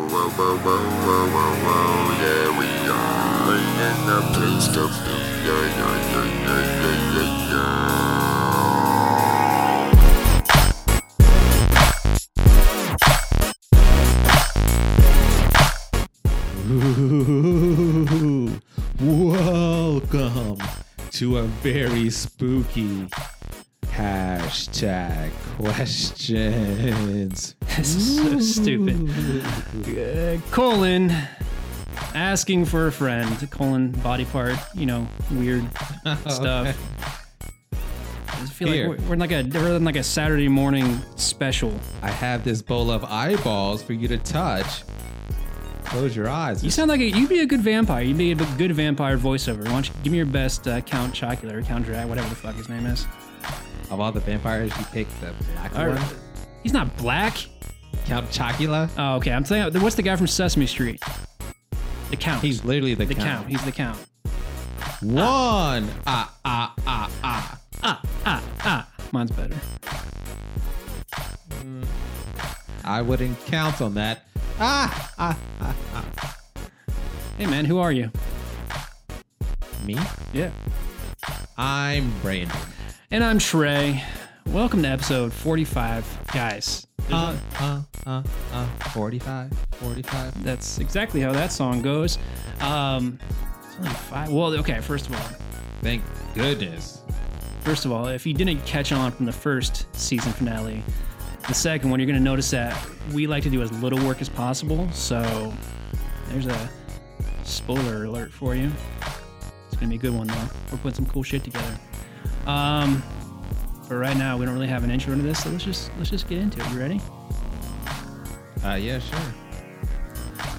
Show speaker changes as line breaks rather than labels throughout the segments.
whoa, whoa, whoa, whoa, whoa, yeah, we are in the place of yeah, yeah, yeah, yeah, yeah, yeah, yeah.
Ooh, welcome to a very spooky hashtag questions.
This is so stupid. Uh, colon asking for a friend. Colon body part. You know, weird stuff. I just feel
Here.
like we're, we're in like a we're in like a Saturday morning special.
I have this bowl of eyeballs for you to touch. Close your eyes.
You sound like a, you'd be a good vampire. You'd be a good vampire voiceover. Why don't you give me your best uh, Count Chocula or Count Drag, whatever the fuck his name is.
of all the vampires, you pick the black
All right.
one.
He's not black.
Count Chocula.
Oh, okay. I'm thinking. What's the guy from Sesame Street? The Count.
He's literally the,
the
count.
Count. He's the Count.
One. Ah ah ah ah.
ah. Mine's better.
I wouldn't count on that. Ah ah.
Hey man, who are you?
Me?
Yeah.
I'm Brandon.
And I'm Trey. Welcome to episode 45. Guys,
Uh, uh, uh, uh, 45, 45.
that's exactly how that song goes. Um, it's only five. Well, okay, first of all,
Thank goodness.
first of all, if you didn't catch on from the first season finale, the second one, you're going to notice that we like to do as little work as possible. So there's a spoiler alert for you. It's going to be a good one, though. We're putting some cool shit together. Um, but right now, we don't really have an intro into this, so let's just let's just get into it. You ready?
Uh, yeah, sure.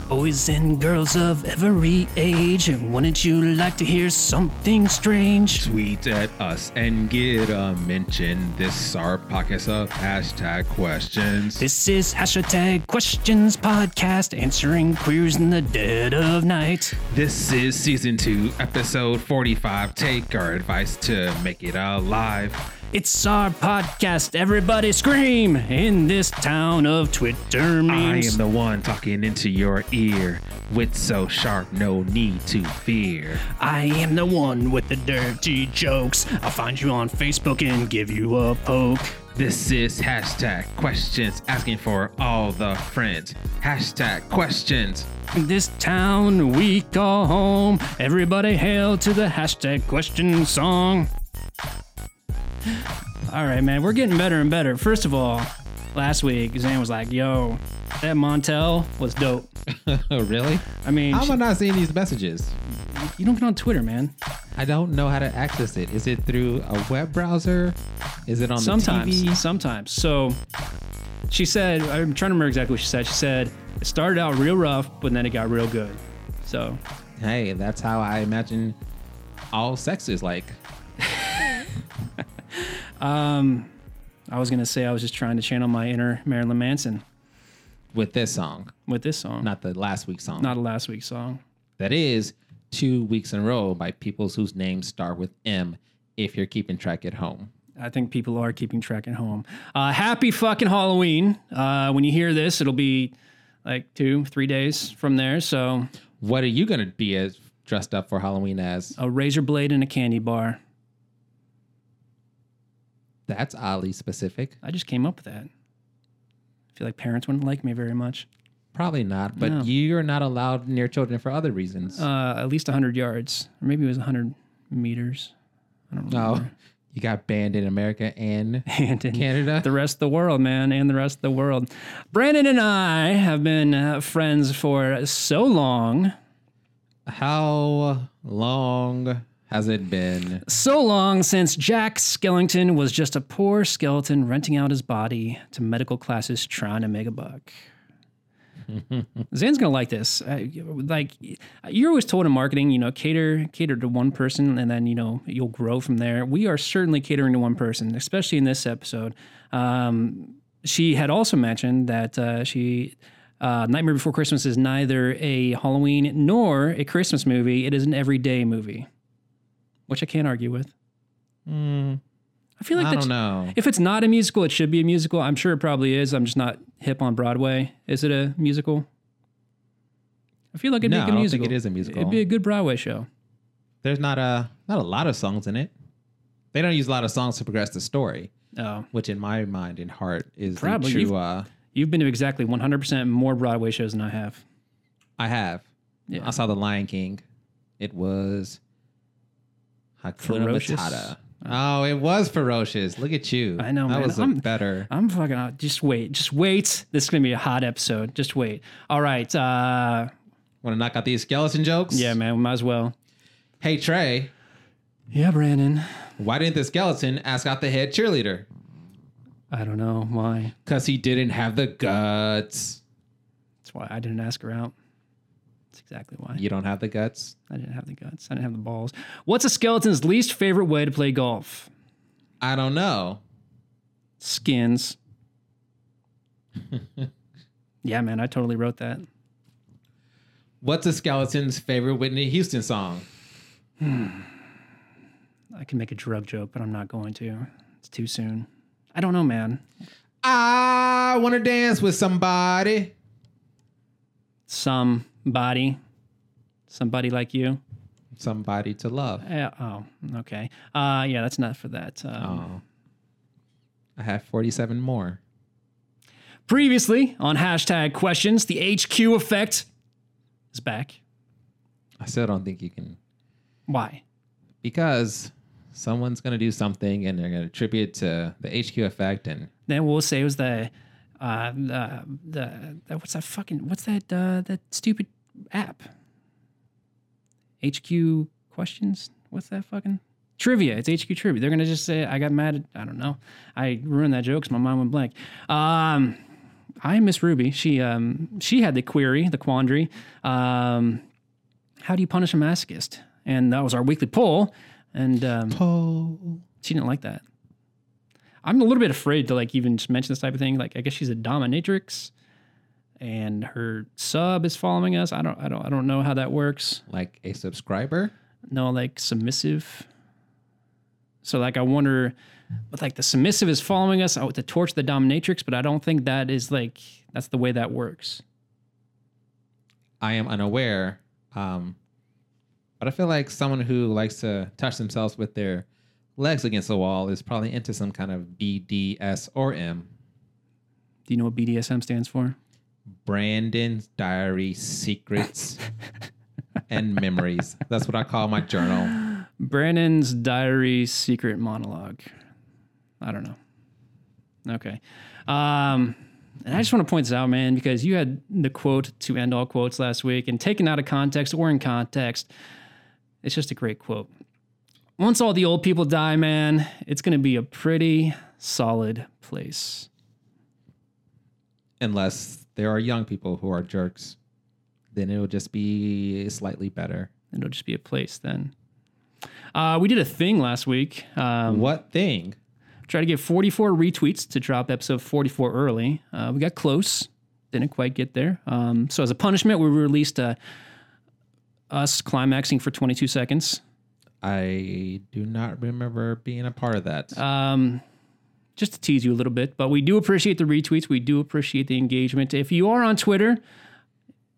Boys and girls of every age, wouldn't you like to hear something strange?
Tweet at us and get a mention. This our pockets of hashtag questions.
This is hashtag questions podcast, answering queries in the dead of night.
This is season two, episode 45. Take our advice to make it alive.
It's our podcast, everybody scream in this town of Twitter
I
memes.
am the one talking into your ear. Wit so sharp, no need to fear.
I am the one with the dirty jokes. I'll find you on Facebook and give you a poke.
This is hashtag questions asking for all the friends. Hashtag questions.
This town we call home. Everybody hail to the hashtag question song. All right, man, we're getting better and better. First of all, last week Zan was like, "Yo, that Montel was dope."
Oh, really?
I mean,
How am I
she-
not seeing these messages?
you don't get on Twitter, man.
I don't know how to access it. Is it through a web browser? Is it on
sometimes,
the TV?
sometimes. So she said, "I'm trying to remember exactly what she said." She said it started out real rough, but then it got real good. So
Hey, that's how I imagine all sex is like.
I was gonna say I was just trying to channel my inner Marilyn Manson
With this song,
with this song.
not the last week's song.
not a last week's song.
that is two weeks in a row by peoples whose names start with M. If you're keeping track at home,
I think people are keeping track at home. Uh, happy fucking Halloween. Uh, when you hear this, it'll be like two, three days from there. So
what are you gonna be as dressed up for Halloween as?
a razor blade and a candy bar.
That's oddly specific.
I just came up with that. I feel like parents wouldn't like me very much.
Probably not, but
No.
you're not allowed near children for other reasons.
Uh, at least 100 yards, or maybe it was 100 meters. I don't know.
no, you got banned in America and
And in
Canada.
the rest of the world, man, and the rest of the world. Brandon and I have been uh, friends for so long.
How long has it been?
So long since Jack Skellington was just a poor skeleton renting out his body to medical classes trying to make a buck. Zan's gonna like this. Uh, like you're always told in marketing, you know, cater cater to one person, and then you know you'll grow from there. We are certainly catering to one person, especially in this episode. Um, she had also mentioned that uh, she. Uh, Nightmare Before Christmas is neither a Halloween nor a Christmas movie. It is an everyday movie which I can't argue with. Hmm. I feel like
I
that's,
don't know.
if it's not a musical, it should be a musical. I'm sure it probably is. I'm just not hip on Broadway. Is it a musical? I feel like it'd
No,
be a
I
good
don't
musical.
think it is a musical.
It'd be a good Broadway show.
There's not a not a lot of songs in it. They don't use a lot of songs to progress the story,
Oh,
which in my mind and heart is
Probably.
the
You've-
true. Uh,
you've been to exactly 100% more Broadway shows than I have.
I have.
Yeah.
I saw The Lion King. It was Hakuna
Ferocious?
Matata. Oh, it was ferocious. Look at you.
I know,
That
man.
was a
I'm-
better.
I'm fucking. uh, Just wait. Just wait. This is gonna be a hot episode. Just wait. All right. Uh,
Want to knock out these skeleton jokes?
yeah, man. We might as well.
Hey Trey,
Yeah, Brandon.
why didn't the skeleton ask out the head cheerleader?
I don't know why.
Cause he didn't have the guts.
That's why I didn't ask her out. That's exactly why.
You don't have the guts.
I didn't have the guts. I didn't have the balls. What's a skeleton's least favorite way to play golf?
I don't know.
Skins. yeah, man. I totally wrote that.
What's a skeleton's favorite Whitney Houston song?
I can make a drug joke, but I'm not going to. It's too soon. I don't know, man.
I wanna dance with somebody.
Somebody. Somebody like you.
Somebody to love.
Yeah, oh, okay. Uh, yeah, that's not for that. Um,
Oh. I have 47 more.
Previously on hashtag questions, the HQ effect is back.
I still don't think you can
Why?
because someone's gonna do something and they're gonna attribute to the HQ effect and
Then we'll say it was the, uh, the, the, the what's that fucking, what's that, uh, that stupid app? HQ questions? What's that fucking? Trivia. It's HQ trivia. They're going to just say, I got mad at, I don't know. I ruined that joke 'cause my mind went blank. Um, I miss Ruby. She, um, she had the query, the quandary. Um, how do you punish a masochist? And that was our weekly poll. And, um,
Poll.
she didn't like that. I'm a little bit afraid to like even just mention this type of thing. Like I guess she's a dominatrix, and her sub is following us. I don't, I don't, I don't know how that works.
like a subscriber.
No, like submissive. So like I wonder, but like the submissive is following us out to torch the dominatrix, but I don't think that is like that's the way that works.
I am unaware. Um, but I feel like someone who likes to touch themselves with their legs against the wall is probably into some kind of BDS or M.
Do you know what BDSM stands for?
Brandon's Diary Secrets and Memories. That's what I call my journal.
Brandon's diary secret monologue. I don't know. Okay. Um, and I just want to point this out, man, because you had the quote to end all quotes last week, and taken out of context or in context, it's just a great quote. Once all the old people die, man, it's going to be a pretty solid place.
Unless there are young people who are jerks, then it'll just be slightly better.
It'll just be a place then. Uh, we did a thing last week. Um,
What thing?
Try to get 44 retweets to drop episode 44 early. Uh, we got close, didn't quite get there. Um, so as a punishment, we released uh, us climaxing for 22 seconds.
I do not remember being a part of that.
Um, just to tease you a little bit, but we do appreciate the retweets. We do appreciate the engagement. If you are on Twitter,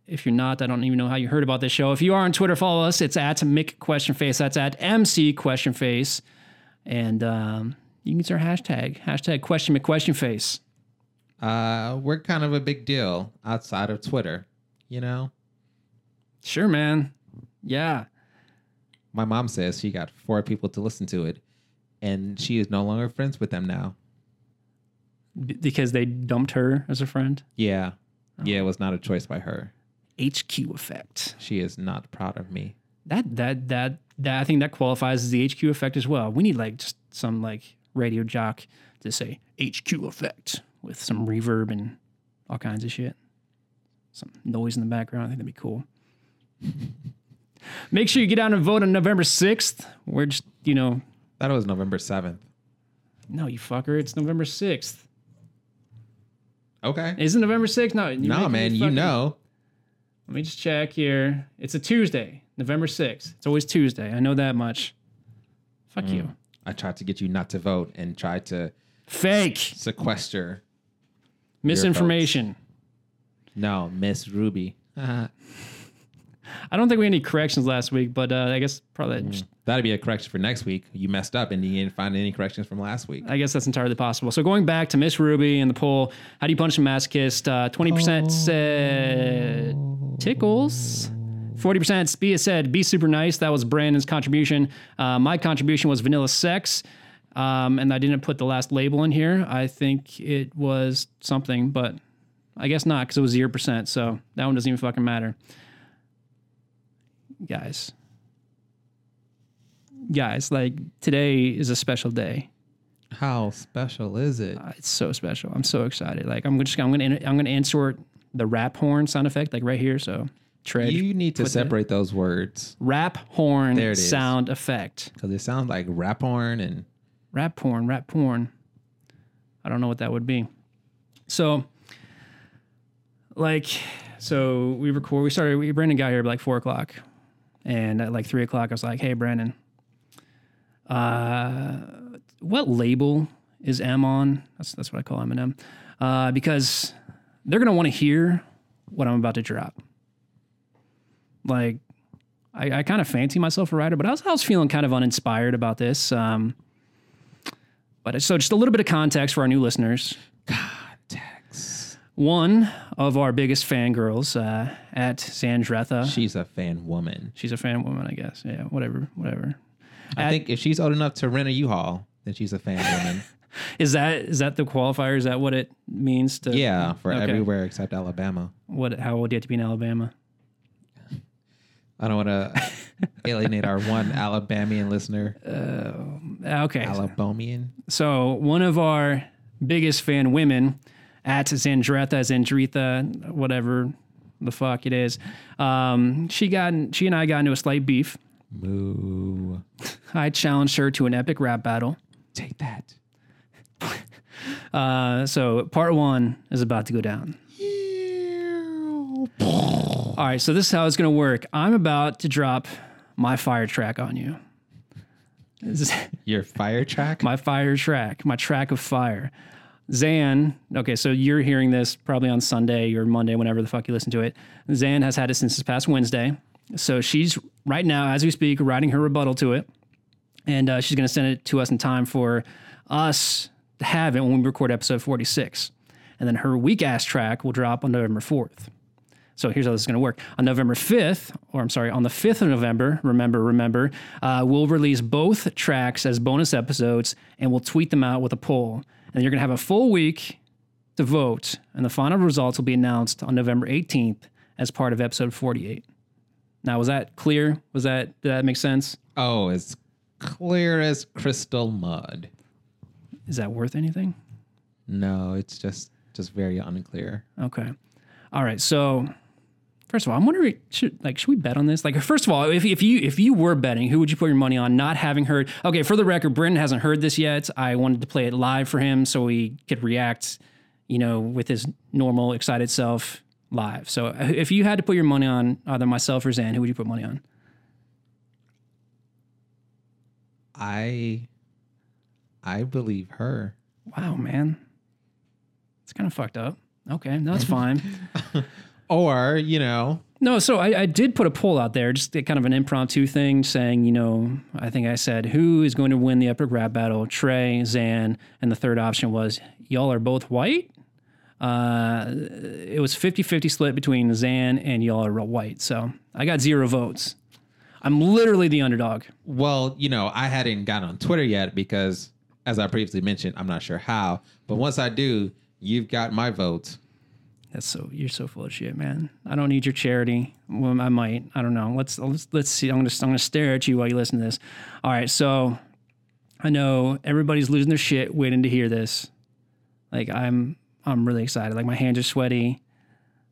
if you're not, I don't even know how you heard about this show. If you are on Twitter, follow us. It's at Mick Question Face. That's at MC Question Face. And um, you can use our hashtag, hashtag Question McQuestionface. Face.
uh, we're kind of a big deal outside of Twitter. You know,
Sure, man. Yeah.
my mom says she got four people to listen to it, and she is no longer friends with them now.
B- because they dumped her as a friend.
Yeah, yeah, it was not a choice by her.
HQ effect.
She is not proud of me.
That that that that I think that qualifies as the HQ effect as well. We need like just some like radio jock to say HQ effect with some reverb and all kinds of shit. Some noise in the background. I think that'd be cool. Make sure you get out and vote on November 6th. We're just, you know,
That was November seventh.
no, you fucker. It's November 6th.
Okay.
Is it November 6th? No, you're
No,
making me
man, you
fucking-
know.
Let me just check here. It's a Tuesday, November 6th. It's always Tuesday. I know that much. Fuck you.
I tried to get you not to vote and tried to
Fake
sequester.
misinformation.
No, Miss Ruby.
I don't think we had any corrections last week, but uh, I guess probably
That'd be a correction for next week. You messed up and you didn't find any corrections from last week.
I guess that's entirely possible. So going back to Miss Ruby and the poll, how do you punch a masochist? Uh, Twenty percent said tickles. Forty percent Spia said be super nice. That was Brandon's contribution. Uh, my contribution was vanilla sex, um, and I didn't put the last label in here. I think it was something, but I guess not because it was zero percent. So that one doesn't even fucking matter, guys. Guys, like today is a special day
How special is it?
it's so special. I'm so excited. Like I'm just I'm gonna in- I'm gonna insert the rap horn sound effect like right here. So tread
You need to
put that-
separate those words
rap horn
There it is.
sound effect.
because it sounds like rap horn and
Rap porn, rap porn. I don't know what that would be. So like so we record we started we Brandon got here at like four o'clock. And at like three o'clock I was like, hey Brandon, uh, what label is M on? That's that's what I call Eminem, uh, because they're gonna want to hear what I'm about to drop. Like, I, I kind of fancy myself a writer, but I was I was feeling kind of uninspired about this. Um, but so just a little bit of context for our new listeners.
text.
One of our biggest fangirls uh, at Sandretha.
She's a fan woman.
She's a fan woman, I guess. Yeah, whatever, whatever.
I think if she's old enough to rent a U-Haul, then she's a fan woman.
Is that is that the qualifier? Is that what it means to?
Yeah, for
Okay.
everywhere except Alabama.
What? How old do you have to be in Alabama?
I don't want to alienate our one Alabamian listener,
Uh, Okay.
Alabamian.
So one of our biggest fan women at Zandretha, Zandretha, whatever the fuck it is, um, she got she and I got into a slight beef.
Moo.
I challenged her to an epic rap battle.
Take that.
Uh, so part one is about to go down. All right, so this is how it's going to work. I'm about to drop my fire track on you. This is-
Your fire track?
my fire track, my track of fire. Zan, okay, so you're hearing this probably on Sunday or Monday, whenever the fuck you listen to it. Zan has had it since this past Wednesday. So she's right now, as we speak, writing her rebuttal to it. And uh, she's going to send it to us in time for us to have it when we record episode 46. And then her weak ass track will drop on November 4th. So here's how this is going to work. On November 5th, or I'm sorry, on the 5th of November, remember, remember, uh, we'll release both tracks as bonus episodes and we'll tweet them out with a poll. And you're going to have a full week to vote, and the final results will be announced on November 18th as part of episode 48. Now, was that clear? Was that, did that make sense?
oh, it's clear as crystal mud.
Is that worth anything?
No, it's just just very unclear.
Okay. All right. So first of all, I'm wondering should like should we bet on this? Like first of all, if, if you if you were betting, who would you put your money on not having heard? Okay, for the record, Brendan hasn't heard this yet. I wanted to play it live for him so he could react, you know, with his normal excited self live. So uh, if you had to put your money on either myself or Zan, who would you put money on?
I I believe her.
Wow, man. It's kind of fucked up. Okay, no, that's fine.
Or, you know,
No, so I, I did put a poll out there, just kind of an impromptu thing, saying, you know, I think I said, who is going to win the epic rap battle? Trey, Zan, and the third option was, y'all are both white. Uh, it was 50 50 split between Zan and y'all are white. So I got zero votes. I'm literally the underdog.
well, you know, I hadn't gotten on Twitter yet because as I previously mentioned, I'm not sure how, but once I do, you've got my votes.
That's so you're so full of shit, man. I don't need your charity. Well, I might. I don't know. Let's let's let's see. I'm gonna I'm gonna stare at you while you listen to this. All right, so I know everybody's losing their shit waiting to hear this. Like I'm I'm really excited. Like my hands are sweaty.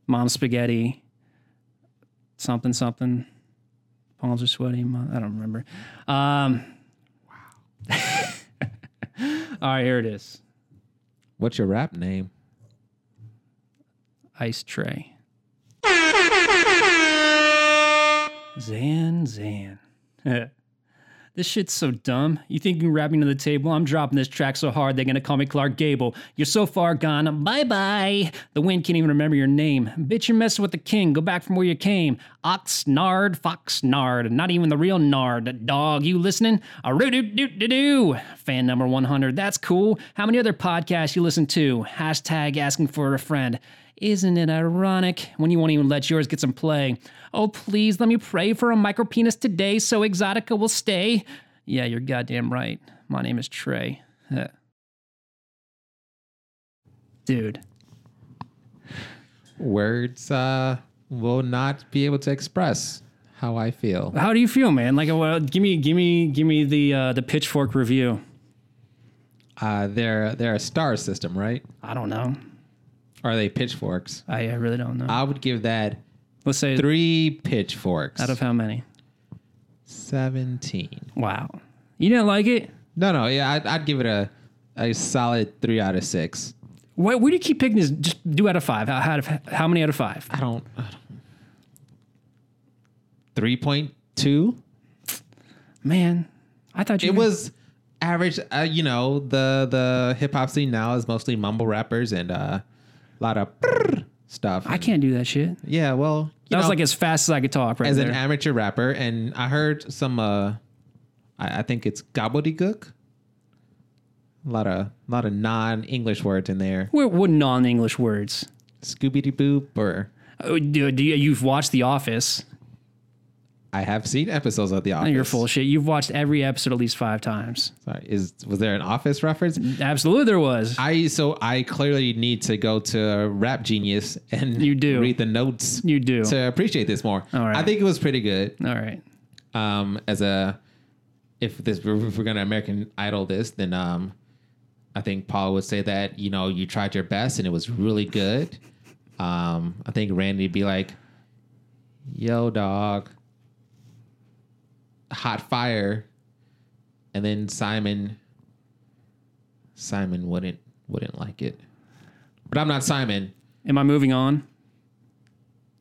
Mom's spaghetti. Something something. Palms are sweaty. Mom, I don't remember. Um, wow. all right, here it is.
What's your rap name?
ice tray. Zan, Zan. that This shit's so dumb. You think you can wrap me to the table? I'm dropping this track so hard they're gonna call me Clark Gable. You're so far gone. Bye bye. The wind can't even remember your name. Bitch, you're messing with the king. Go back from where you came. Oxnard, Foxnard. Not even the real Nard. Dog, you listening? A roo doo doo doo doo. Fan number 100. That's cool. How many other podcasts you listen to? Hashtag asking for a friend. Isn't it ironic when you won't even let yours get some play? Oh, please let me pray for a micropenis today so Exotica will stay. Yeah, you're goddamn right. My name is Trey. Huh. Dude.
Words uh, will not be able to express how I feel.
How do you feel, man? Like, well, give me, give me, give me the uh, the pitchfork review.
Uh, they're they're a star system, right?
I don't know.
Or are they pitchforks?
I, I really don't know.
I would give that
Let's say
three pitchforks
out of how many?
seventeen.
Wow. You didn't like it?
No, no, yeah, I'd, I'd give it a a solid three out of six.
Why, where do you keep picking this? Just do out of five. How, out of, how many out of five?
I don't. I don't three point two.
Man, I thought you
It
were-
was average. Uh, you know, the the hip hop scene now is mostly mumble rappers and uh, a lot of brrr stuff.
I can't do that shit.
Yeah, well, you
That was
know,
like as fast as I could talk right
as
there.
an amateur rapper, and I heard some. uh I, I think it's gobbledygook. A lot of lot of non English words in there.
We're, we're non-English words.
Scooby Doo boop, or
Oh, do, do you, you've watched The Office.
I have seen episodes of The
Oh,
Office.
You're full of shit. You've watched every episode at least five times.
Sorry, is was there an Office reference?
Absolutely, there was.
I so I clearly need to go to Rap Genius and
You do.
read the notes
you do.
to appreciate this more.
All right.
I think it was pretty good.
All right.
Um, as a if this if we're gonna American Idol this, then um, I think Paul would say that you know you tried your best and it was really good. Um, I think Randy'd be like, "Yo, dog, hot fire," and then Simon. Simon wouldn't wouldn't like it, but I'm not Simon.
Am I moving on?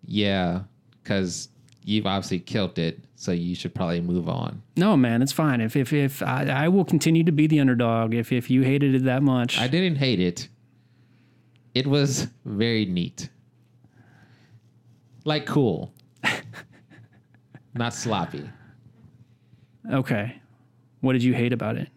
Yeah, because you've obviously killed it, so you should probably move on.
No, man, it's fine. If if if I, I will continue to be the underdog. If if you hated it that much,
I didn't hate it. It was very neat. Like cool. Not sloppy.
okay. What did you hate about it?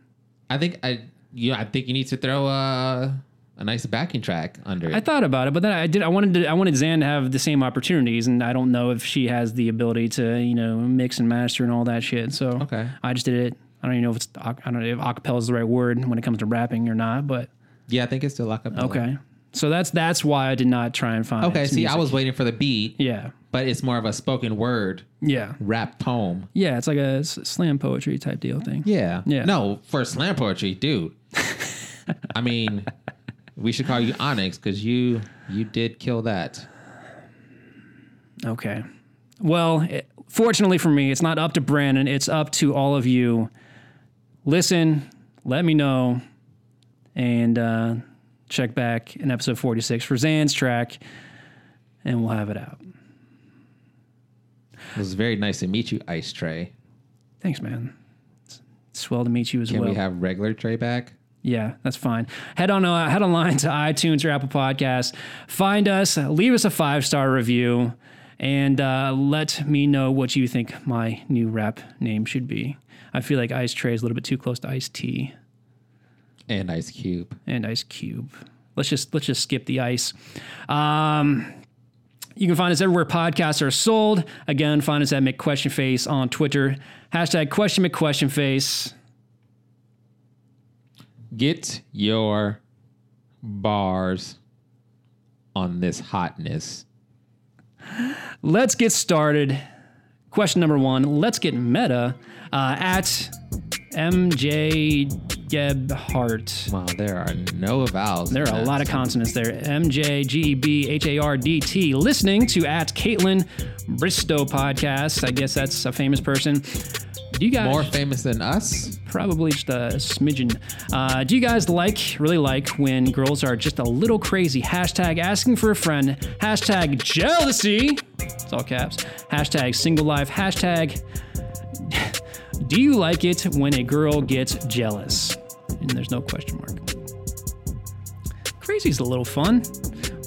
I think I you know, I think you need to throw a a nice backing track under it.
I thought about it, but then I did. I wanted to. I wanted Zan to have the same opportunities, and I don't know if she has the ability to, you know, mix and master and all that shit. So
Okay.
I just did it. I don't even know if it's. I don't know if acapella is the right word when it comes to rapping or not. But
yeah, I think it's still lock up.
okay, so that's that's why I did not try and find.
Okay,
it.
see I was waiting for the beat,
Yeah,
but it's more of a spoken word
yeah,
rap poem.
yeah. It's like a s- slam poetry type deal thing.
Yeah.
Yeah.
No, for slam poetry, dude. I mean, we should call you Onyx because you you did kill that.
Okay. Well, it- fortunately for me, it's not up to Brandon. It's up to all of you. Listen, let me know, and uh, check back in episode 46 for Zan's track, and we'll have it out.
It was very nice to meet you, Ice Tray.
Thanks, man. It's, it's well to meet you as
Can
well.
we have regular Tray back?
Yeah, that's fine. Head on uh, head online to iTunes or Apple Podcasts. Find us, leave us a five star review, and uh, let me know what you think my new rap name should be. I feel like Ice Tray is a little bit too close to Ice Tea
And Ice Cube.
and Ice Cube. Let's just let's just skip the ice. Um, you can find us everywhere podcasts are sold. Again, find us at McQuestionface on Twitter. Hashtag question McQuestionface.
Get your bars on this hotness.
let's get started. Question number one. Let's get meta uh, at MJ Gebhart.
Wow, there are no vowels.
There
in
are a
that.
lot of consonants there. MJ G E B H A R D T. Listening to at Caitlin Bristow podcast. I guess that's a famous person. Do you guys
more famous than us.
probably just a smidgen. Uh, do you guys like, really like, when girls are just a little crazy? Hashtag asking for a friend. Hashtag jealousy. It's all caps. Hashtag single life. Hashtag Do you like it when a girl gets jealous? And there's no question mark. Crazy's a little fun.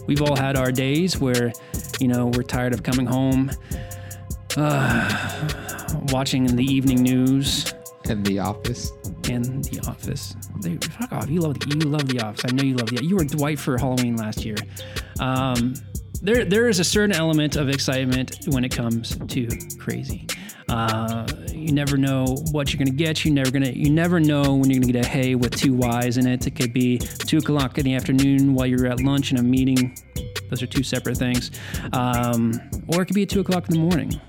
We've all had our days where, you know, we're tired of coming home, uh, watching the evening news
in the office.
and The Office. They, fuck off! You love the you love The Office. I know you love the. You were Dwight for Halloween last year. Um, there there is a certain element of excitement when it comes to crazy. Uh, you never know what you're gonna get. You never gonna you never know when you're gonna get a hay with two Y's in it. It could be two o'clock in the afternoon while you're at lunch in a meeting. Those are two separate things. Um, or it could be at two o'clock in the morning.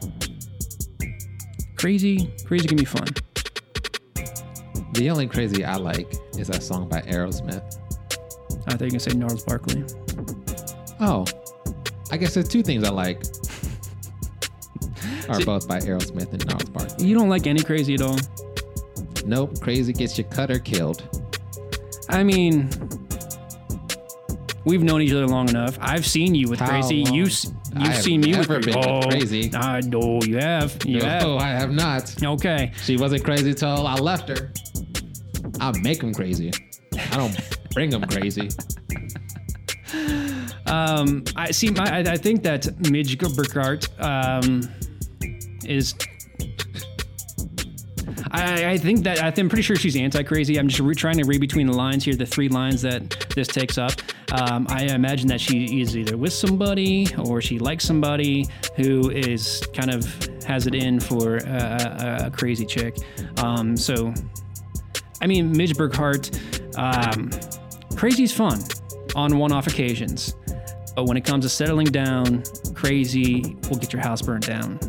Crazy, crazy can be fun.
The only crazy I like is that song by Aerosmith.
I thought you were gonna say Gnarls Barkley.
Oh, I guess there's two things I like. Are both by Aerosmith and Gnarls Barkley.
You don't like any crazy at all.
Nope, crazy gets you cut or killed.
I mean, we've known each other long enough. I've seen you with
How
crazy.
long?
You s-
I
you've
have
seen me
never
with
been
crazy.
with
oh,
crazy.
I know you have. You
No, Oh, I have not.
have. Okay.
She wasn't crazy till I left her. I make them crazy. I don't bring them crazy.
Um, I see. My, I, I think that Midge Burkhart um, is. I, I think that I think- I'm pretty sure she's anti-crazy. I'm just re- trying to read between the lines here, the three lines that this takes up. Um, I imagine that she is either with somebody or she likes somebody who is kind of has it in for a, a, a crazy chick. Um, so, I mean, Midge Burkhart, um, crazy's fun on one-off occasions. But when it comes to settling down, crazy will get your house burned down.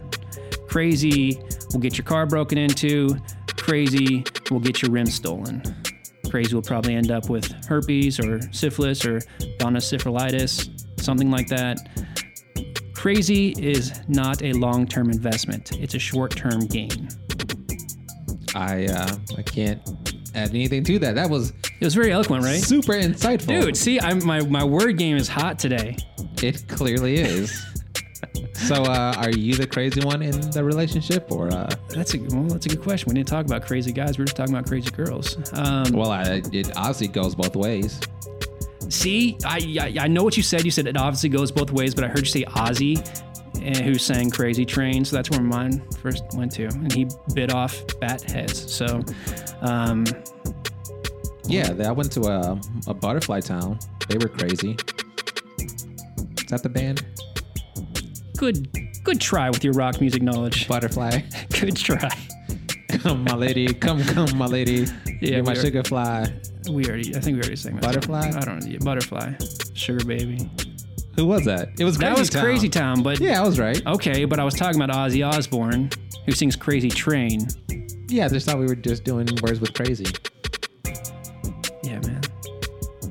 Crazy will get your car broken into. Crazy will get your rim stolen. Crazy will probably end up with herpes or syphilis or gonosyphilitis, something like that. Crazy is not a long term investment, it's a short term gain.
I uh, I can't add anything to that. That was
It was very eloquent, right?
super insightful.
Dude, see, I'm, my, my word game is hot today.
It clearly is. so, uh, are you the crazy one in the relationship, or uh,
That's a well. That's a good question. We didn't talk about crazy guys. We were just talking about crazy girls. Um,
well, I, it obviously goes both ways.
see, I, I I know what you said. You said it obviously goes both ways, but I heard you say Ozzy, eh, who sang "Crazy Train," so that's where mine first went to, and he bit off bat heads. So, um,
Yeah, they- I went to a, a butterfly town. They were crazy. Is that the band?
good good try with your rock music knowledge.
Butterfly.
Good try.
come, my lady. Come, come, my lady. You're my
we are-
sugar fly.
We already. I think we already sang that.
Butterfly?
I don't know. yeah, Butterfly. Sugar baby.
Who was that? It was crazy
that was
town.
crazy town, Oh. but
Yeah, I was right.
Okay, but I was talking about Ozzy Osbourne, who sings "Crazy Train."
Yeah, I just thought we were just doing words with crazy.
Yeah, man.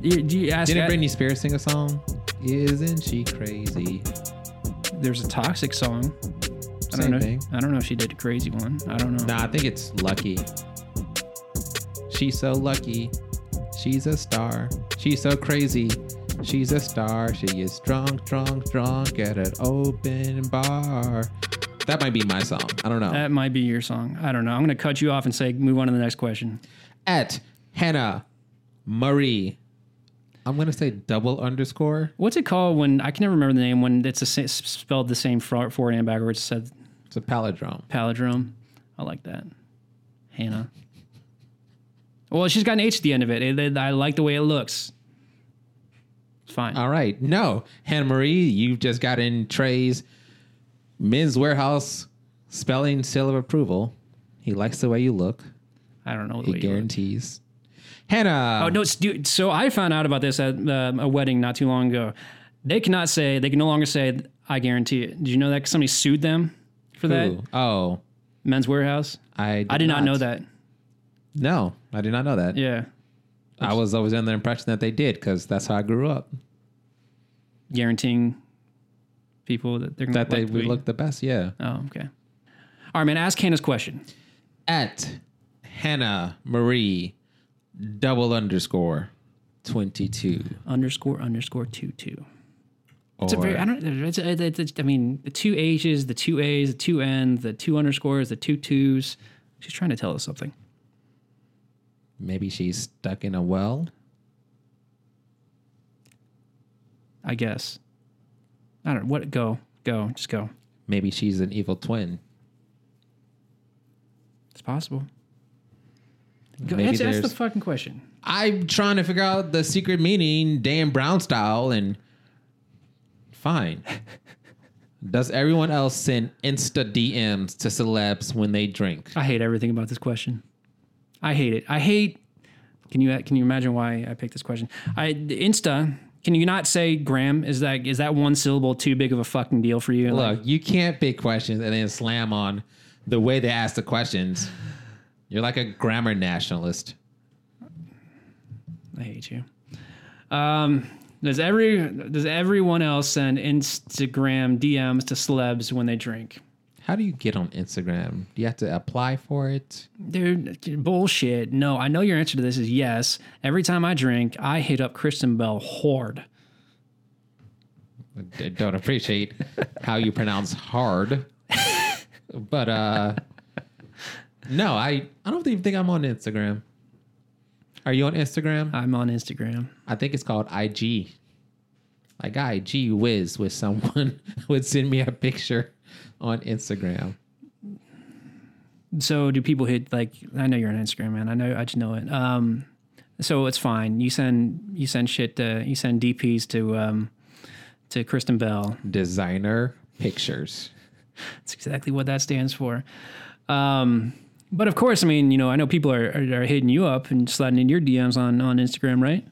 You, do you ask?
Didn't Britney Spears sing a song? Isn't she crazy?
There's a toxic song. I
Same
don't know.
thing.
I don't know if she did a crazy one. I don't know.
Nah, I think it's lucky. She's so lucky. She's a star. She's so crazy. She's a star. She is drunk, drunk, drunk at an open bar. That might be my song. I don't know.
That might be your song. I don't know. I'm gonna cut you off and say move on to the next question.
at Hannah Marie. I'm gonna say double underscore.
What's it called when I can never remember the name when it's a, sa- spelled the same fro- forward and backwards? Said
It's a palindrome.
palindrome. I like that. Hannah. Well, she's got an H at the end of it. It- it- I like the way it looks. It's fine.
All right. No, Hannah Marie, you've just gotten Trey's Men's Warehouse spelling seal of approval. He likes the way you look.
I don't know. The
He
way you look.
guarantees. Hannah.
Oh no, it's- dude. So I found out about this at um, a wedding not too long ago. They cannot say. They can no longer say. I guarantee it. Did you know that somebody sued them for that?
Ooh. Oh,
Men's Warehouse.
I did
I did not know that.
No, I did not know that.
Yeah,
I was always under the impression that they did because that's how I grew up.
guaranteeing people that they're gonna
That they
like
would
we-
look the best. Yeah.
Oh, okay. All right, man. Ask Hannah's question.
At Hannah Marie double underscore 22.
Underscore underscore two two.
Or,
It's a very. I don't. It's, it's, it's, I mean, the two H's, the two A's, the two N's, the two underscores, the two twos. She's trying to tell us something.
Maybe she's stuck in a well.
I guess. I don't know. What? Go. Go. Just go.
Maybe she's an evil twin.
It's possible. Go.
Maybe
Answer, answer the
there's-
fucking question.
I'm trying to figure out the secret meaning, Dan Brown style, and fine. Does everyone else send Insta DMs to celebs when they drink?
I hate everything about this question. I hate it. I hate. Can you can you imagine why I picked this question? I Insta. Can you not say gram? Is that is that one syllable too big of a fucking deal for you? Like,
Look, you can't pick questions and then slam on the way they ask the questions. You're like a grammar nationalist.
I hate you. Um, does every does everyone else send Instagram DMs to celebs when they drink?
How do you get on Instagram? Do you have to apply for it?
Dude, bullshit. No, I know your answer to this is yes. Every time I drink, I hit up Kristen Bell hard.
I don't appreciate how you pronounce hard. but uh no, I I don't even think I'm on Instagram. Are you on Instagram?
I'm on Instagram.
I think it's called IG. Like IG whiz with someone would send me a picture on Instagram.
So do people hit like I know you're on Instagram, man. I know I just know it. Um, so it's fine. You send you send shit to you send DPs to um, to Kristen Bell.
Designer pictures.
That's exactly what that stands for. Um, but of course, I mean, you know, I know people are, are, are hitting you up and sliding in your DMs on on Instagram, right?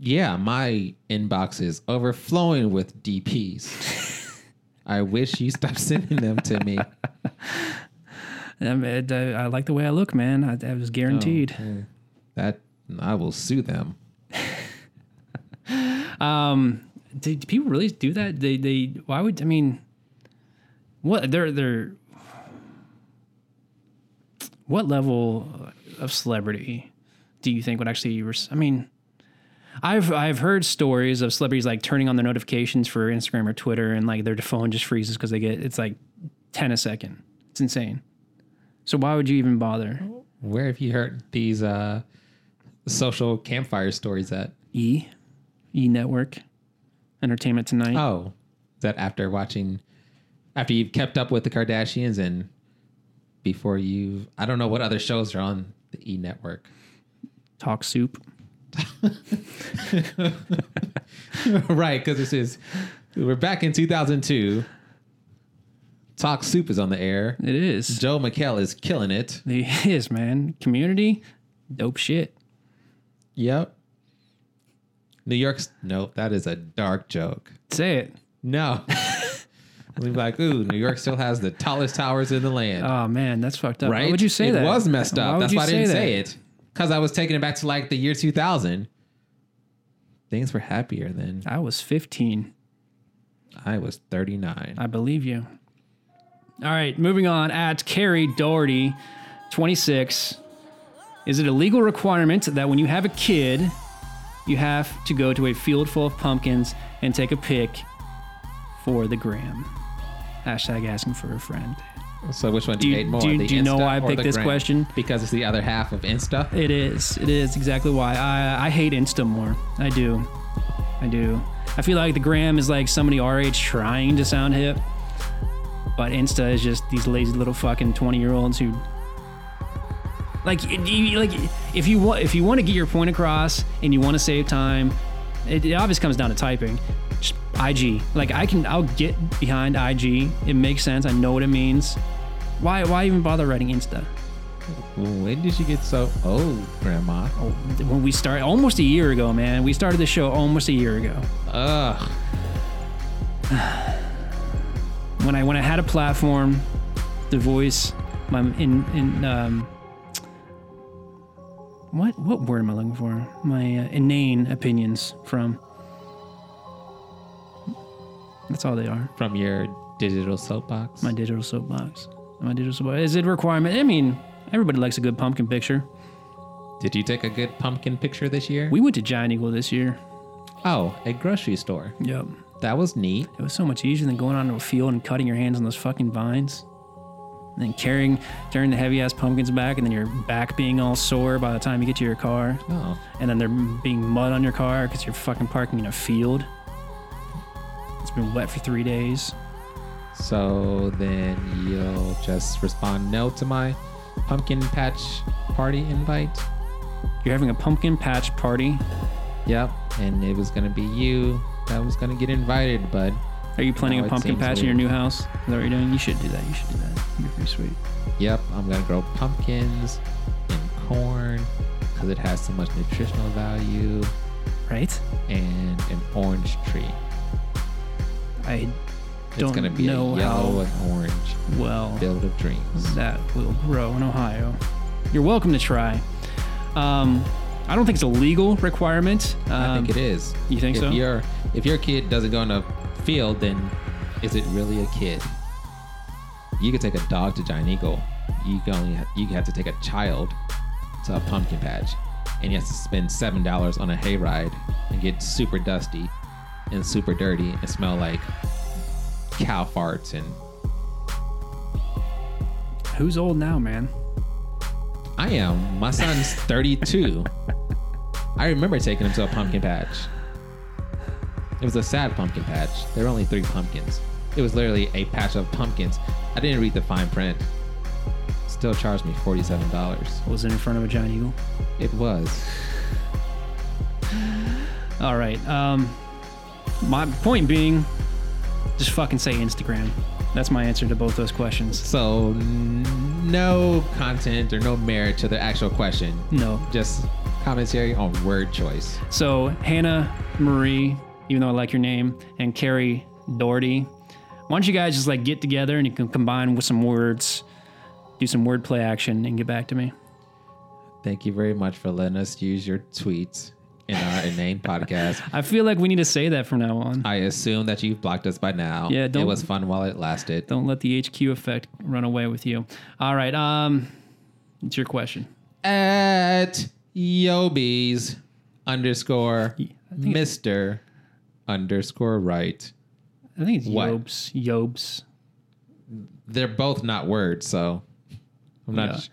Yeah, my inbox is overflowing with DPs. I wish you stopped sending them to me.
I, I, I like the way I look, man. I, I was guaranteed.
That I will sue them.
do, do people really do that? They they why would I mean what they're they're what level of celebrity do you think would actually res- I mean I've I've heard stories of celebrities like turning on their notifications for Instagram or Twitter and like their phone just freezes because they get it's like ten a second. It's insane. So why would you even bother?
Where have you heard these uh, social campfire stories at?
E E Network Entertainment Tonight.
Oh, that after watching, after you've kept up with the Kardashians and before you've, I don't know what other shows are on the E network.
Talk soup.
right, because this is, we're back in 2002. Talk Soup is on the air.
It is.
Joe McHale is killing it.
He is, man. Community, dope shit.
Yep. New York's, nope, that is a dark joke.
Say it.
No. We'd be like, ooh, New York still has the tallest towers in the land.
Oh man, that's fucked up.
right?
Why would you say
it
that?
It was messed up.
would
That's
you
why I didn't say it. Because I was taking it back to like the year 2000. Things were happier then.
I was 15.
I was 39.
I believe you. All right, moving on. At Carrie Doherty, 26. Is it a legal requirement that when you have a kid, you have to go to a field full of pumpkins and take a pic for the gram? Hashtag asking for a friend.
so which one do,
Do
you
you-
hate more?
do you-
the
do you know
Insta
why I
or
picked
the
this
Gram?
question?
Because it's the other half of Insta.
It is. It is exactly why I I hate Insta more. I do. I do. I feel like the gram is like somebody our age trying to sound hip, but Insta is just these lazy little fucking twenty year olds who. Like, it- you- like if you want if you want to get your point across and you want to save time, it, it obviously comes down to typing. Just IG. Like I can I'll get behind IG. It makes sense. I know what it means. Why why even bother writing Insta?
When did you get so old, Grandma?
when we started almost a year ago, man. We started the show almost a year ago.
Ugh.
When I when I had a platform to voice my in in um what what word am I looking for? My uh, inane opinions from. That's all they are.
From your digital soapbox.
My digital soapbox. My digital soapbox. Is it a requirement? I mean, everybody likes a good pumpkin picture.
Did you take a good pumpkin picture this year?
We went to Giant Eagle this year.
oh, a grocery store.
Yep.
That was neat.
It was so much easier than going onto a field and cutting your hands on those fucking vines. and then carrying, turning the heavy ass pumpkins back, and then your back being all sore by the time you get to your car,
Oh,
and then there being mud on your car because you're fucking parking in a field. It's been wet for three days.
so then you'll just respond no to my pumpkin patch party invite.
You're having a pumpkin patch party.
Yep, and it was gonna be you that was gonna get invited, bud.
Are you planning
Oh,
a
it
pumpkin
seems
patch in your
weird.
new house? Is that what you're doing? You should do that. You should do that. You're pretty sweet.
Yep, I'm gonna grow pumpkins and corn because it has so much nutritional value,
Right?
and an orange tree.
I
it's
Don't
gonna be
know
a yellow
how-
and orange
well
field of dreams.
that will grow in Ohio. You're welcome to try. Um, I don't think it's a legal requirement. Um,
I think it is.
you think
if
so?
Your, if your kid doesn't go in a field, then is it really a kid? You could take a dog to Giant Eagle. You can only you have to take a child to a pumpkin patch, and you have to spend seven dollars on a hayride and get super dusty and super dirty and smell like cow farts and
Who's old now, man?
I am. My son's 32. I remember taking him to a pumpkin patch. It was a sad pumpkin patch. There were only three pumpkins. It was literally a patch of pumpkins. I didn't read the fine print. Still charged me $47.
Was it in front of a giant eagle?
It was.
All right. Um, my point being, just fucking say Instagram. That's my answer to both those questions.
So, n- no content or no merit to the actual question.
No.
Just commentary on word choice.
So Hannah Marie, even though I like your name, and Carrie Doherty, why don't you guys just like get together and you can combine with some words, do some wordplay action, and get back to me.
Thank you very much for letting us use your tweets in our inane podcast.
I feel like we need to say that from now on.
I assume that you've blocked us by now.
Yeah,
It
don't-
was fun while it lasted.
Don't let the HQ effect run away with you. All right. Um, it's your question.
At Yobies underscore
think
Mister underscore right.
I think it's
What?
Yobes. Yobes.
They're both not words, so I'm not.
Yeah.
sh-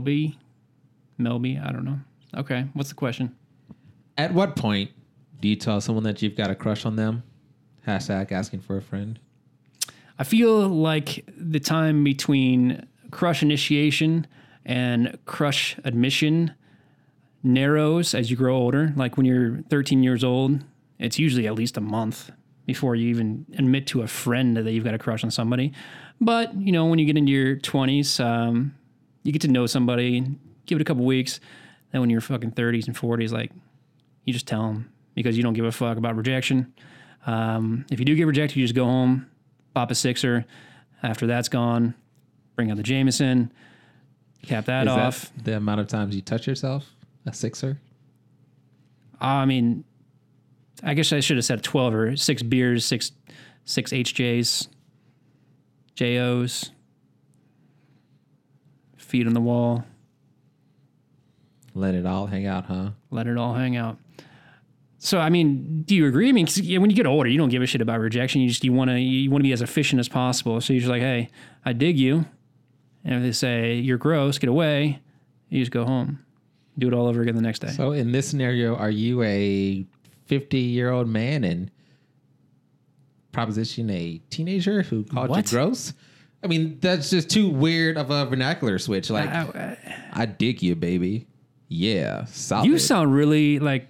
Yobi. Melby. I don't know. Okay. What's the question?
At what point do you tell someone that you've got a crush on them? Hashtag asking for a friend.
I feel like the time between crush initiation and crush admission narrows as you grow older. Like when you're 13 years old, it's usually at least a month before you even admit to a friend that you've got a crush on somebody. But, you know, when you get into your 20s, um, you get to know somebody, give it a couple weeks. Then when you're fucking 30s and 40s, like, you just tell them because you don't give a fuck about rejection. Um, if you do get rejected, you just go home, pop a sixer. After that's gone, bring out the Jameson, cap that
Is
off.
that the amount of times you touch yourself? A sixer?
I mean, I guess I should have said twelve or six beers, six six HJs, JOs, feet on the wall.
Let it all hang out, huh?
Let it all hang out. So I mean, do you agree? I mean, 'cause, yeah, when you get older, you don't give a shit about rejection. You just you want to you want to be as efficient as possible. So you're just like, hey, I dig you, and if they say you're gross, get away. You just go home, do it all over again the next day.
So in this scenario, are you a 50 year old man and proposition a teenager who called
What?
you gross? I mean, that's just too weird of a vernacular switch. Like, I,
I-
dig you, baby. Yeah, solid.
You sound really like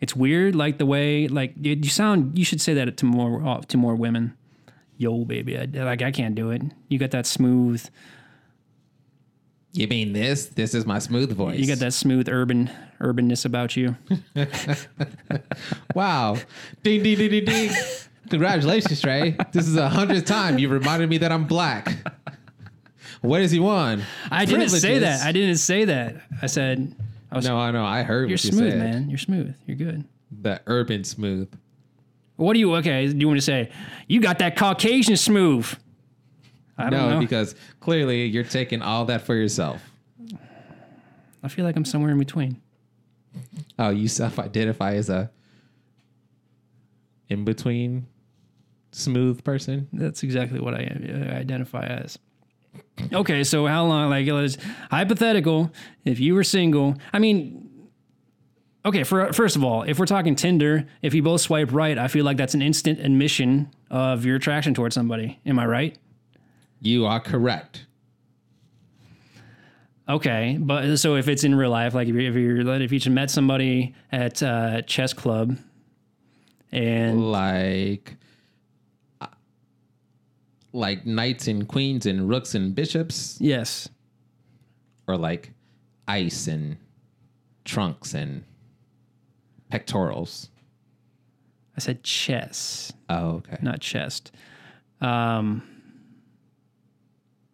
it's weird, like the way like you you sound. You should say that to more oh, to more women. Yo, baby, I, like I can't do it. You got that smooth.
You mean this? This is my smooth voice.
You got that smooth urban urbanness about you.
Wow. ding, ding, ding, ding, ding. Congratulations, Trey. This is the hundredth time you reminded me that I'm black. What is he on?
I didn't say
Privileges.
that. I didn't say that. I said
no, I know. I heard
you're
what you
smooth,
said.
man. You're smooth. You're good.
The urban smooth.
What do you okay? Do you want to say you got that Caucasian smooth? I don't
No,
know.
because clearly you're taking all that for yourself.
I feel like I'm somewhere in between.
Oh, you self-identify as a in between smooth person.
That's exactly what I, I uh, identify as. Okay, so how long? Like, let's hypothetical. If you were single, I mean, okay. For first of all, if we're talking Tinder, if you both swipe right, I feel like that's an instant admission of your attraction towards somebody. Am I right?
You are correct.
Okay, but so if it's in real life, like if you're if, you're, if you just met somebody at uh, chess club, and
Like, uh, like knights and queens and rooks and bishops,
yes,
or like ice and trunks and pectorals.
I said chess,
Oh, okay.
not chest. Um,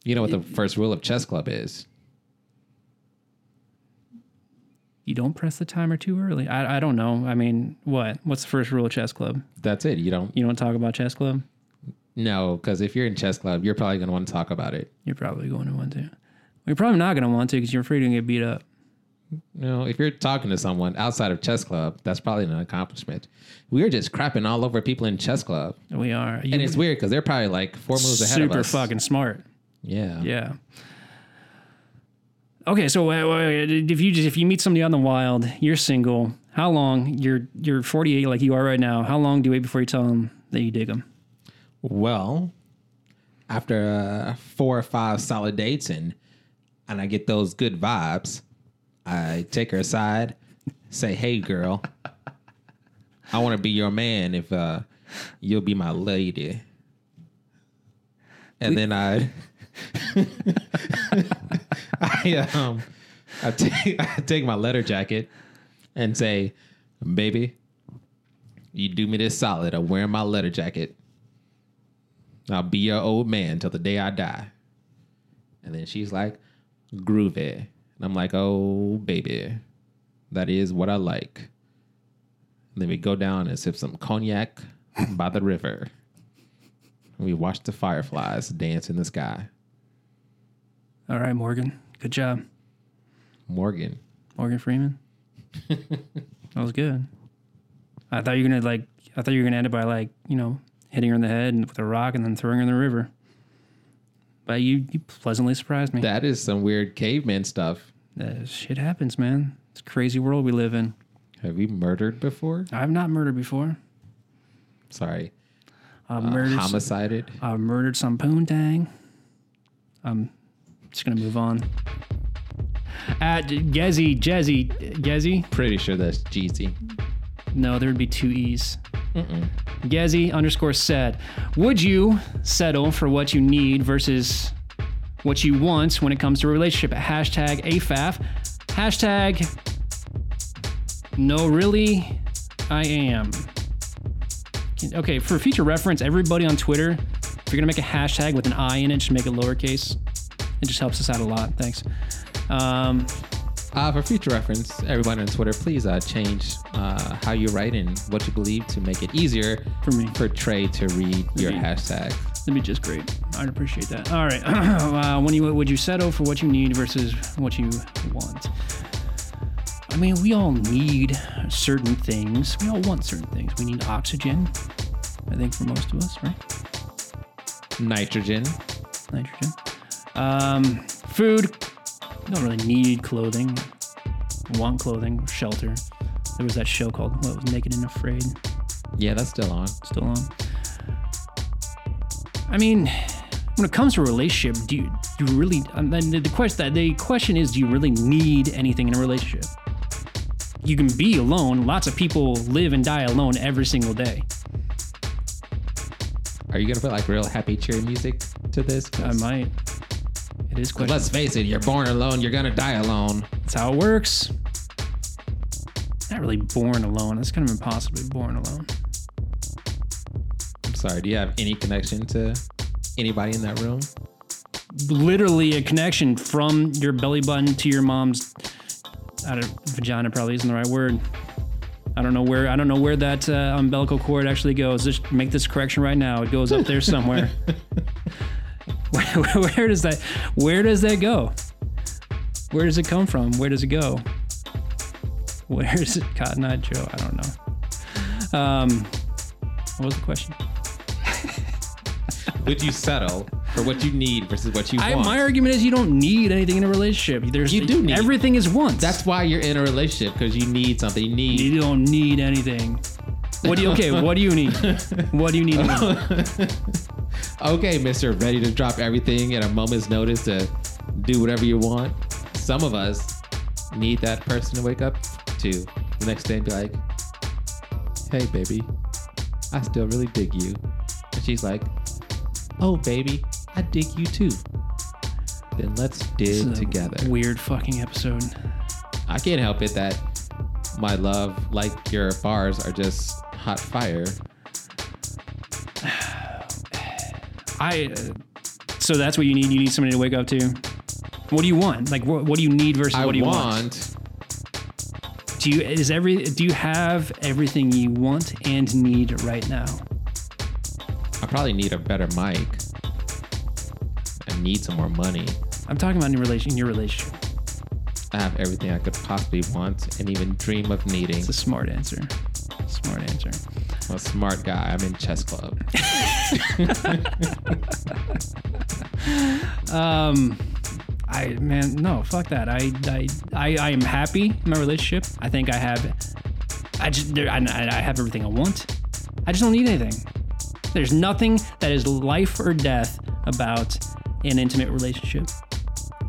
You know what the first rule of chess club is?
you don't press the timer too early. I, I don't know. I mean, what? What's the first rule of chess club?
That's it. You don't
You don't talk about chess club.
know because if you're in chess club, you're probably going to want to talk about it.
You're probably going to want to. You're probably not going to want to because you're afraid you're going to get beat up.
You know, if you're talking to someone outside of chess club, that's probably an accomplishment. We're just crapping all over people in chess club,
We are.
and it's weird because they're probably like four moves ahead of
super
us.
fucking smart.
yeah.
Yeah. Okay, so uh, uh, if you just if you meet somebody out in the wild, you're single. How long? You're you're 48 like you are right now. How long do you wait before you tell them that you dig them?
Well, after uh, four or five solid dates and and I get those good vibes, I take her aside, say, "Hey, girl, I want to be your man. If uh, you'll be my lady." And then I, I um, I take I take my letter jacket and say, "Baby, you do me this solid. I'm wearing my letter jacket." I'll be your old man till the day I die. And then she's like, groovy. And I'm like, oh, baby, that is what I like. And then we go down and sip some cognac by the river. And we watch the fireflies dance in the sky.
All right, Morgan. Good job,
Morgan,
Morgan Freeman. that was good. I thought you were gonna like. I thought you were gonna end it by like you know hitting her in the head and with a rock and then throwing her in the river. But you you pleasantly surprised me.
that is some weird caveman stuff.
Uh, shit happens, man. It's a crazy world we live in.
Have you murdered before?
I've not murdered before.
Sorry.
I've
Uh,
murdered. some-
homicided.
I've murdered some poontang. I'm just gonna move on. At Gezi, Jezzy, Gezi.
Pretty sure that's Jeezy.
No, there would be two E's. Gezi underscore said, would you settle for what you need versus what you want when it comes to a relationship? Hashtag AFAF. Hashtag no, really, I am. Okay, for future reference, everybody on Twitter, if you're gonna make a hashtag with an I in it, just make it lowercase. It just helps us out a lot. Thanks. Um,
Uh, for future reference, everyone on Twitter, please uh, change uh, how you write and what you believe to make it easier
For me.
for Trey to read your
me.
hashtag.
That'd be just great. I'd appreciate that. All right. uh, when you would you settle for what you need versus what you want? I mean, we all need certain things. We all want certain things. We need oxygen. I think for most of us, right?
Nitrogen,
Nitrogen. Um, food. We don't really need clothing. We Want clothing, shelter. There was that show called What Was Naked and Afraid.
yeah, that's still on.
still on. I mean, when it comes to a relationship, do you, do you really? And then the question the question is, do you really need anything in a relationship? You can be alone. Lots of people live and die alone every single day.
Are you gonna put like real happy cheery music to this?
I
'Cause
might. It is question.
Let's face it, you're born alone, you're gonna die alone.
That's how it works. Not really born alone. That's kind of impossible to be born alone.
I'm sorry. Do you have any connection to anybody in that room?
literally a connection from your belly button to your mom's I don't, vagina probably isn't the right word. I don't know where I don't know where that uh, umbilical cord actually goes. Just make this correction right now. It goes up there somewhere. where, where, where does that Where does that go? Where does it come from? Where does it go? Where is it? Cotton Eye Joe. I don't know. Um, what was the question?
Would you settle for what you need versus what you
I,
want.
my argument is you don't need anything in a relationship. There's
You do need-
everything is once.
That's why you're in a relationship because you need something. You need.
you don't need anything. What do you okay? What do you need? What do you need? now?
okay, Mister, ready to drop everything at a moment's notice to do whatever you want. Some of us need that person to wake up to the next day and be like, "Hey, baby, I still really dig you," and she's like, "Oh, baby, I dig you too." Then let's
This
dig
is a
together.
Weird fucking episode.
I can't help it that my love, like your bars, are just hot fire.
I. Uh, so that's what you need. You need somebody to wake up to. What do you want? Like, what, what do you need versus
I
what do you want?
want.
Do you is every do you have everything you want and need right now?
I probably need a better mic. I need some more money.
I'm talking about in your relation, in your relationship.
I have everything I could possibly want and even dream of needing.
It's a smart answer. Smart answer.
I'm a smart guy. I'm in chess club.
Um, I man, no, fuck that. I I I, I am happy in my relationship. I think I have. I just there, I, I have everything I want. I just don't need anything. There's nothing that is life or death about an intimate relationship.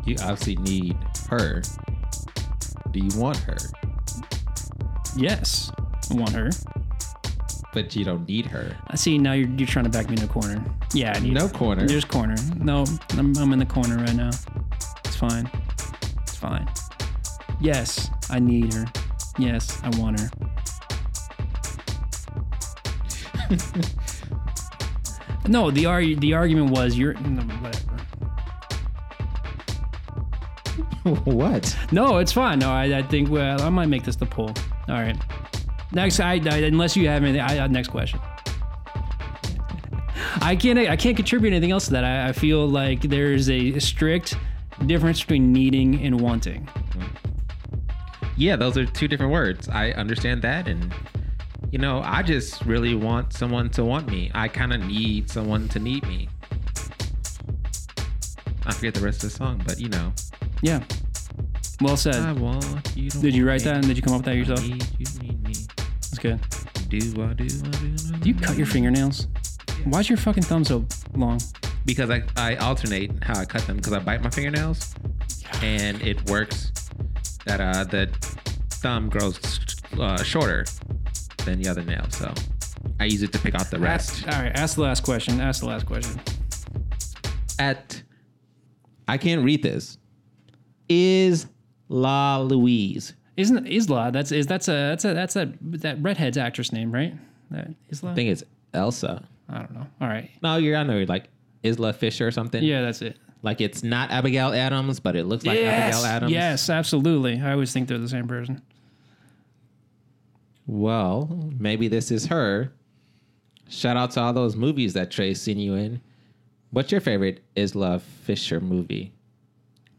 You obviously need her. Do you want her?
Yes, I want her.
But you don't need her.
I see. Now you're, you're trying to back me in a corner. Yeah, I need
No corner.
There's corner. No, I'm, I'm in the corner right now. It's fine. It's fine. Yes, I need her. Yes, I want her. no, the arg- the argument was you're no, whatever.
what?
No, it's fine. No, I, I think well, I might make this the poll. All right. Next, I, I unless you have anything. I, I- next question. I can't. I can't contribute anything else to that. I, I feel like there's a strict difference between needing and wanting.
yeah, those are two different words. I understand that. And, you know, I just really want someone to want me. I kind of need someone to need me. I forget the rest of the song, but you know.
Yeah. Well said.
I want you to
Did you
want
write
me.
that? and Did you come up with that yourself?
I need you, need me.
That's good.
Do I do I do? I
Do you cut your fingernails? Why's your fucking thumb so long?
because I, I alternate how I cut them because I bite my fingernails and it works that uh the thumb grows uh, shorter than the other nail so I use it to pick out the rest
All right. Ask the last question. Ask the last question.
at I can't read this is La Louise
Isn't Isla? That's is that's a that's a that's a that redhead's actress name, right? That Isla.
I think it's Elsa
I don't know. All right.
no you're I know you're like Isla Fisher or something
Yeah, that's it.
like it's not Abigail Adams but it looks like Abigail Adams
yes, absolutely. I always think they're the same person.
Well, maybe this is her. Shout out to all those movies that Trey's seen you in. What's your favorite Isla Fisher movie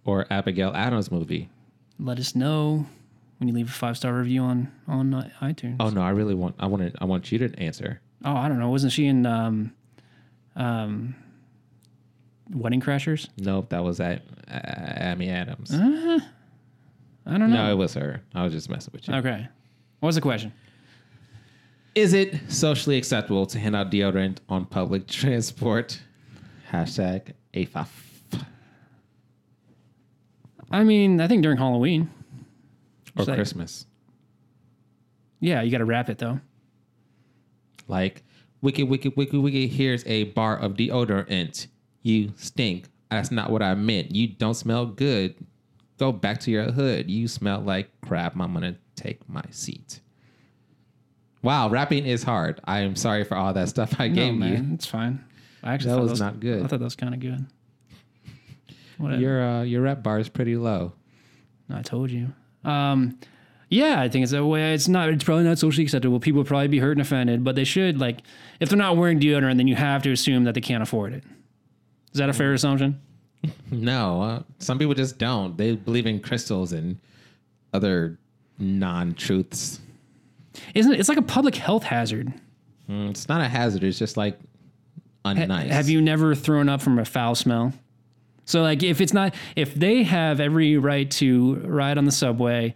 or Abigail Adams movie?
Let us know when you leave a five star review on on uh, iTunes.
Oh no, I really want I want to, I want you to answer.
Oh, I don't know. Wasn't she in um, um, Wedding Crashers?
Nope, that was at uh, Amy Adams.
I don't
No,
know.
it was her. I was just messing with you.
Okay. What was the question?
Is it socially acceptable to hand out deodorant on public transport? Hashtag AFAF.
I mean, I think during Halloween.
Or
It's like-
Christmas.
Yeah, you got to wrap it though.
Like, wicked, wicked, wicked, wicked, here's a bar of deodorant. You stink. That's not what I meant. You don't smell good. Go back to your hood. You smell like crap. I'm going to take my seat. Wow, rapping is hard. I am sorry for all that stuff I
No,
gave
man, it's fine. I actually
That
thought
was not good.
I thought that was kind of good.
you.
Whatever.
Your uh, your rap bar is pretty low.
I told you. Um, yeah, I think it's a way. It's not. It's probably not socially acceptable. People would probably be hurt and offended, but they should like if they're not wearing deodorant, then you have to assume that they can't afford it. Is that a fair assumption?
No, uh, some people just don't. They believe in crystals and other non truths.
Isn't it? It's like a public health hazard.
It's not a hazard. It's just like
Ha-
unnice.
Have you never thrown up from a foul smell? So like if it's not if they have every right to ride on the subway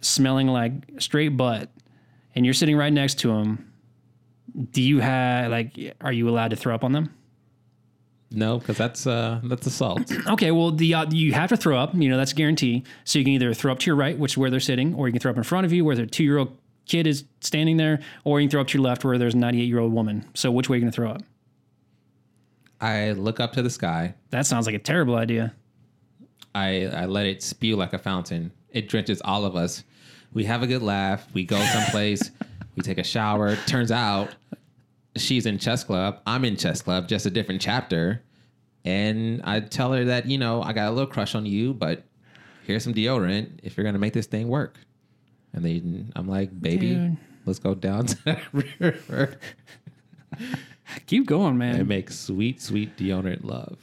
smelling like straight butt and you're sitting right next to them, do you have like are you allowed to throw up on them?
No, because that's uh that's assault.
Okay, well the uh, you have to throw up, you know, that's a guarantee. So you can either throw up to your right, which is where they're sitting, or you can throw up in front of you where their 2-year-old kid is standing there, or you can throw up to your left where there's a 98-year-old woman. So which way are you going to throw up?
I look up to the sky.
That sounds like a terrible idea.
I I let it spew like a fountain. It drenches all of us. We have a good laugh. We go someplace. we take a shower. Turns out she's in chess club. I'm in chess club, just a different chapter. And I tell her that you know I got a little crush on you, but here's some deodorant if you're gonna make this thing work. And then I'm like, baby,
Dude.
let's go down to the river
Keep going, man.
and make sweet, sweet deodorant love.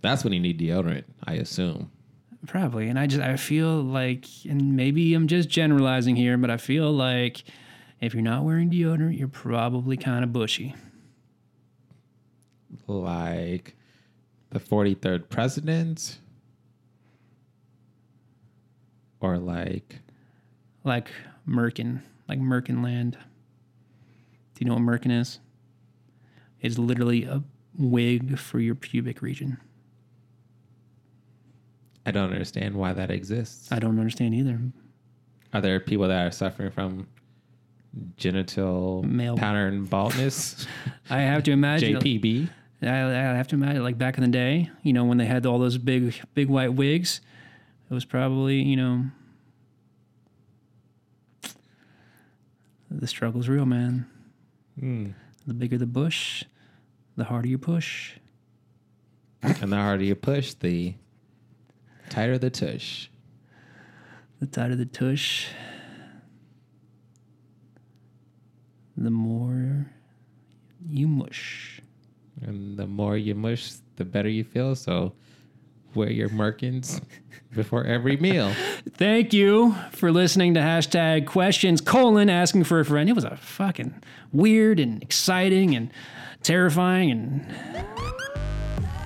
That's when you need deodorant, I assume.
Probably. And I just, I feel like, and maybe I'm just generalizing here, but I feel like if you're not wearing deodorant, you're probably kind of bushy.
like the 43rd president or like
Like Merkin, like Merkinland. Do you know what Merkin is? It's literally a wig for your pubic region.
I don't understand why that exists.
I don't understand either.
Are there people that are suffering from genital
Male-
pattern baldness?
I have to imagine.
JPB?
I, I have to imagine, like back in the day, you know, when they had all those big, big white wigs, it was probably, you know, the struggle's real, man. The bigger the bush, the harder you push.
and the harder you push, the tighter the tush.
The tighter the tush, the more you mush.
And the more you mush, the better you feel. So wear your merkins before every meal.
Thank you for listening to hashtag questions colon asking for a friend. It was a fucking weird and exciting and terrifying and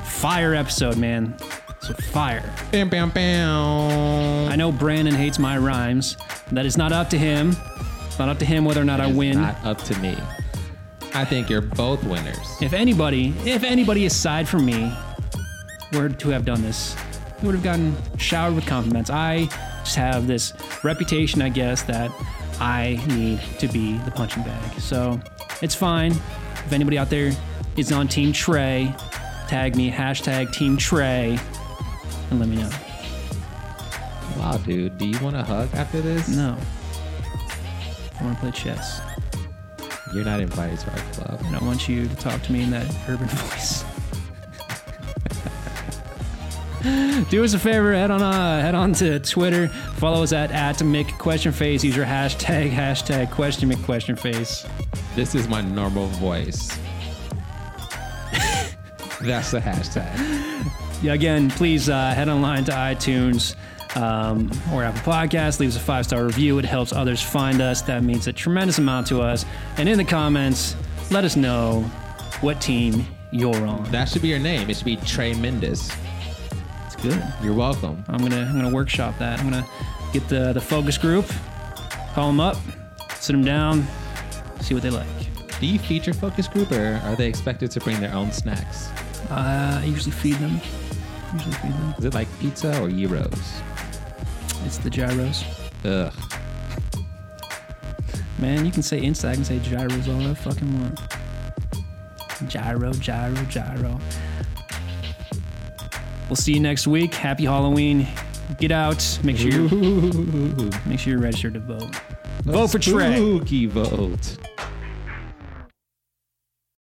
fire episode, man. So fire.
bam, bam, bam.
I know Brandon hates my rhymes. That is not up to him. It's not up to him whether or not I
It's
win.
Not up to me. I think you're both winners.
If anybody, if anybody aside from me were to have done this, we would have gotten showered with compliments. I just have this reputation, I guess, that I need to be the punching bag. So it's fine. If anybody out there is on Team Trey, tag me, hashtag Team Trey, and let me know.
Wow, dude. Do you want a hug after this?
No. I want to play chess.
You're not invited to our club.
and I want you to talk to me in that urban voice. Do us a favor, head on uh, head on to Twitter. Follow us at at McQuestionFace. Use your hashtag hashtag question McQuestionFace.
This is my normal voice. That's the hashtag.
Yeah, again, please uh, head online to iTunes um, or Apple Podcasts. Leave us a five star review. It helps others find us. That means a tremendous amount to us. And in the comments, let us know what team you're on.
That should be your name. It should be Trey Mendes.
That's good.
You're welcome.
I'm gonna I'm gonna workshop that. I'm gonna get the the focus group, call them up, sit them down, see what they like.
Do you feature focus group or are they expected to bring their own snacks?
Uh, I usually feed them. Usually feed them.
Is it like pizza or gyros?
It's the gyros.
Ugh.
Man, you can say insta, I can say gyros all I fucking want. Gyro, gyro, gyro. We'll see you next week. Happy Halloween. Get out. Make sure you're,
Ooh.
make sure you're registered to vote.
A
Vote for Trey.
Spooky vote.